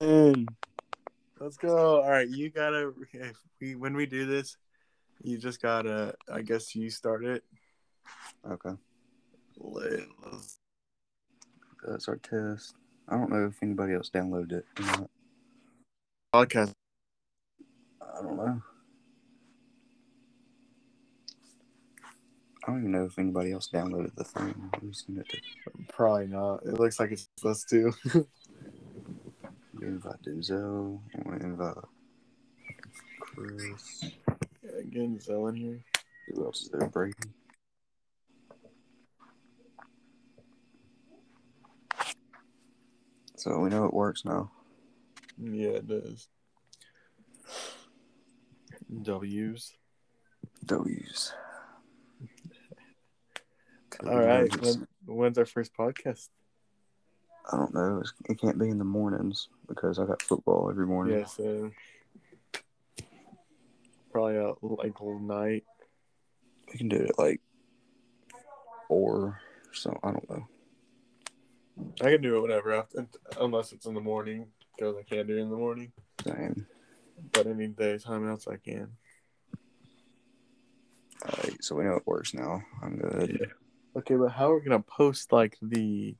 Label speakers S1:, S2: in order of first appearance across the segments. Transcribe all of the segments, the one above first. S1: Mm. Let's go. All right, you gotta. If we when we do this, you just gotta. I guess you start it.
S2: Okay.
S1: Lit.
S2: That's our test. I don't know if anybody else downloaded it. or not.
S1: Podcast.
S2: I don't know. I don't even know if anybody else downloaded the thing. Let me send it to
S1: Probably not. It looks like it's us two.
S2: invite Denzel. I want to invite Chris.
S1: Again, Zell in here.
S2: Who else is there? Brady. So we know it works now.
S1: Yeah, it does. W's.
S2: W's.
S1: All right. When, when's our first podcast?
S2: I don't know. It's, it can't be in the mornings because I got football every morning.
S1: Yeah, so probably out like night.
S2: We can do it at like four. So I don't know.
S1: I can do it whenever, after, unless it's in the morning, because I can't do it in the morning.
S2: Same.
S1: But any day time else I can.
S2: All right. So we know it works now. I'm good.
S1: Okay, but how are we gonna post like the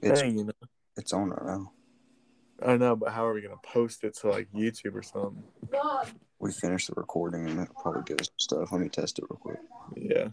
S2: It's
S1: thing? You know?
S2: it's on right now.
S1: I know, but how are we gonna post it to like YouTube or something?
S2: We finished the recording and that probably gives us stuff. Let me test it real quick.
S1: Yeah.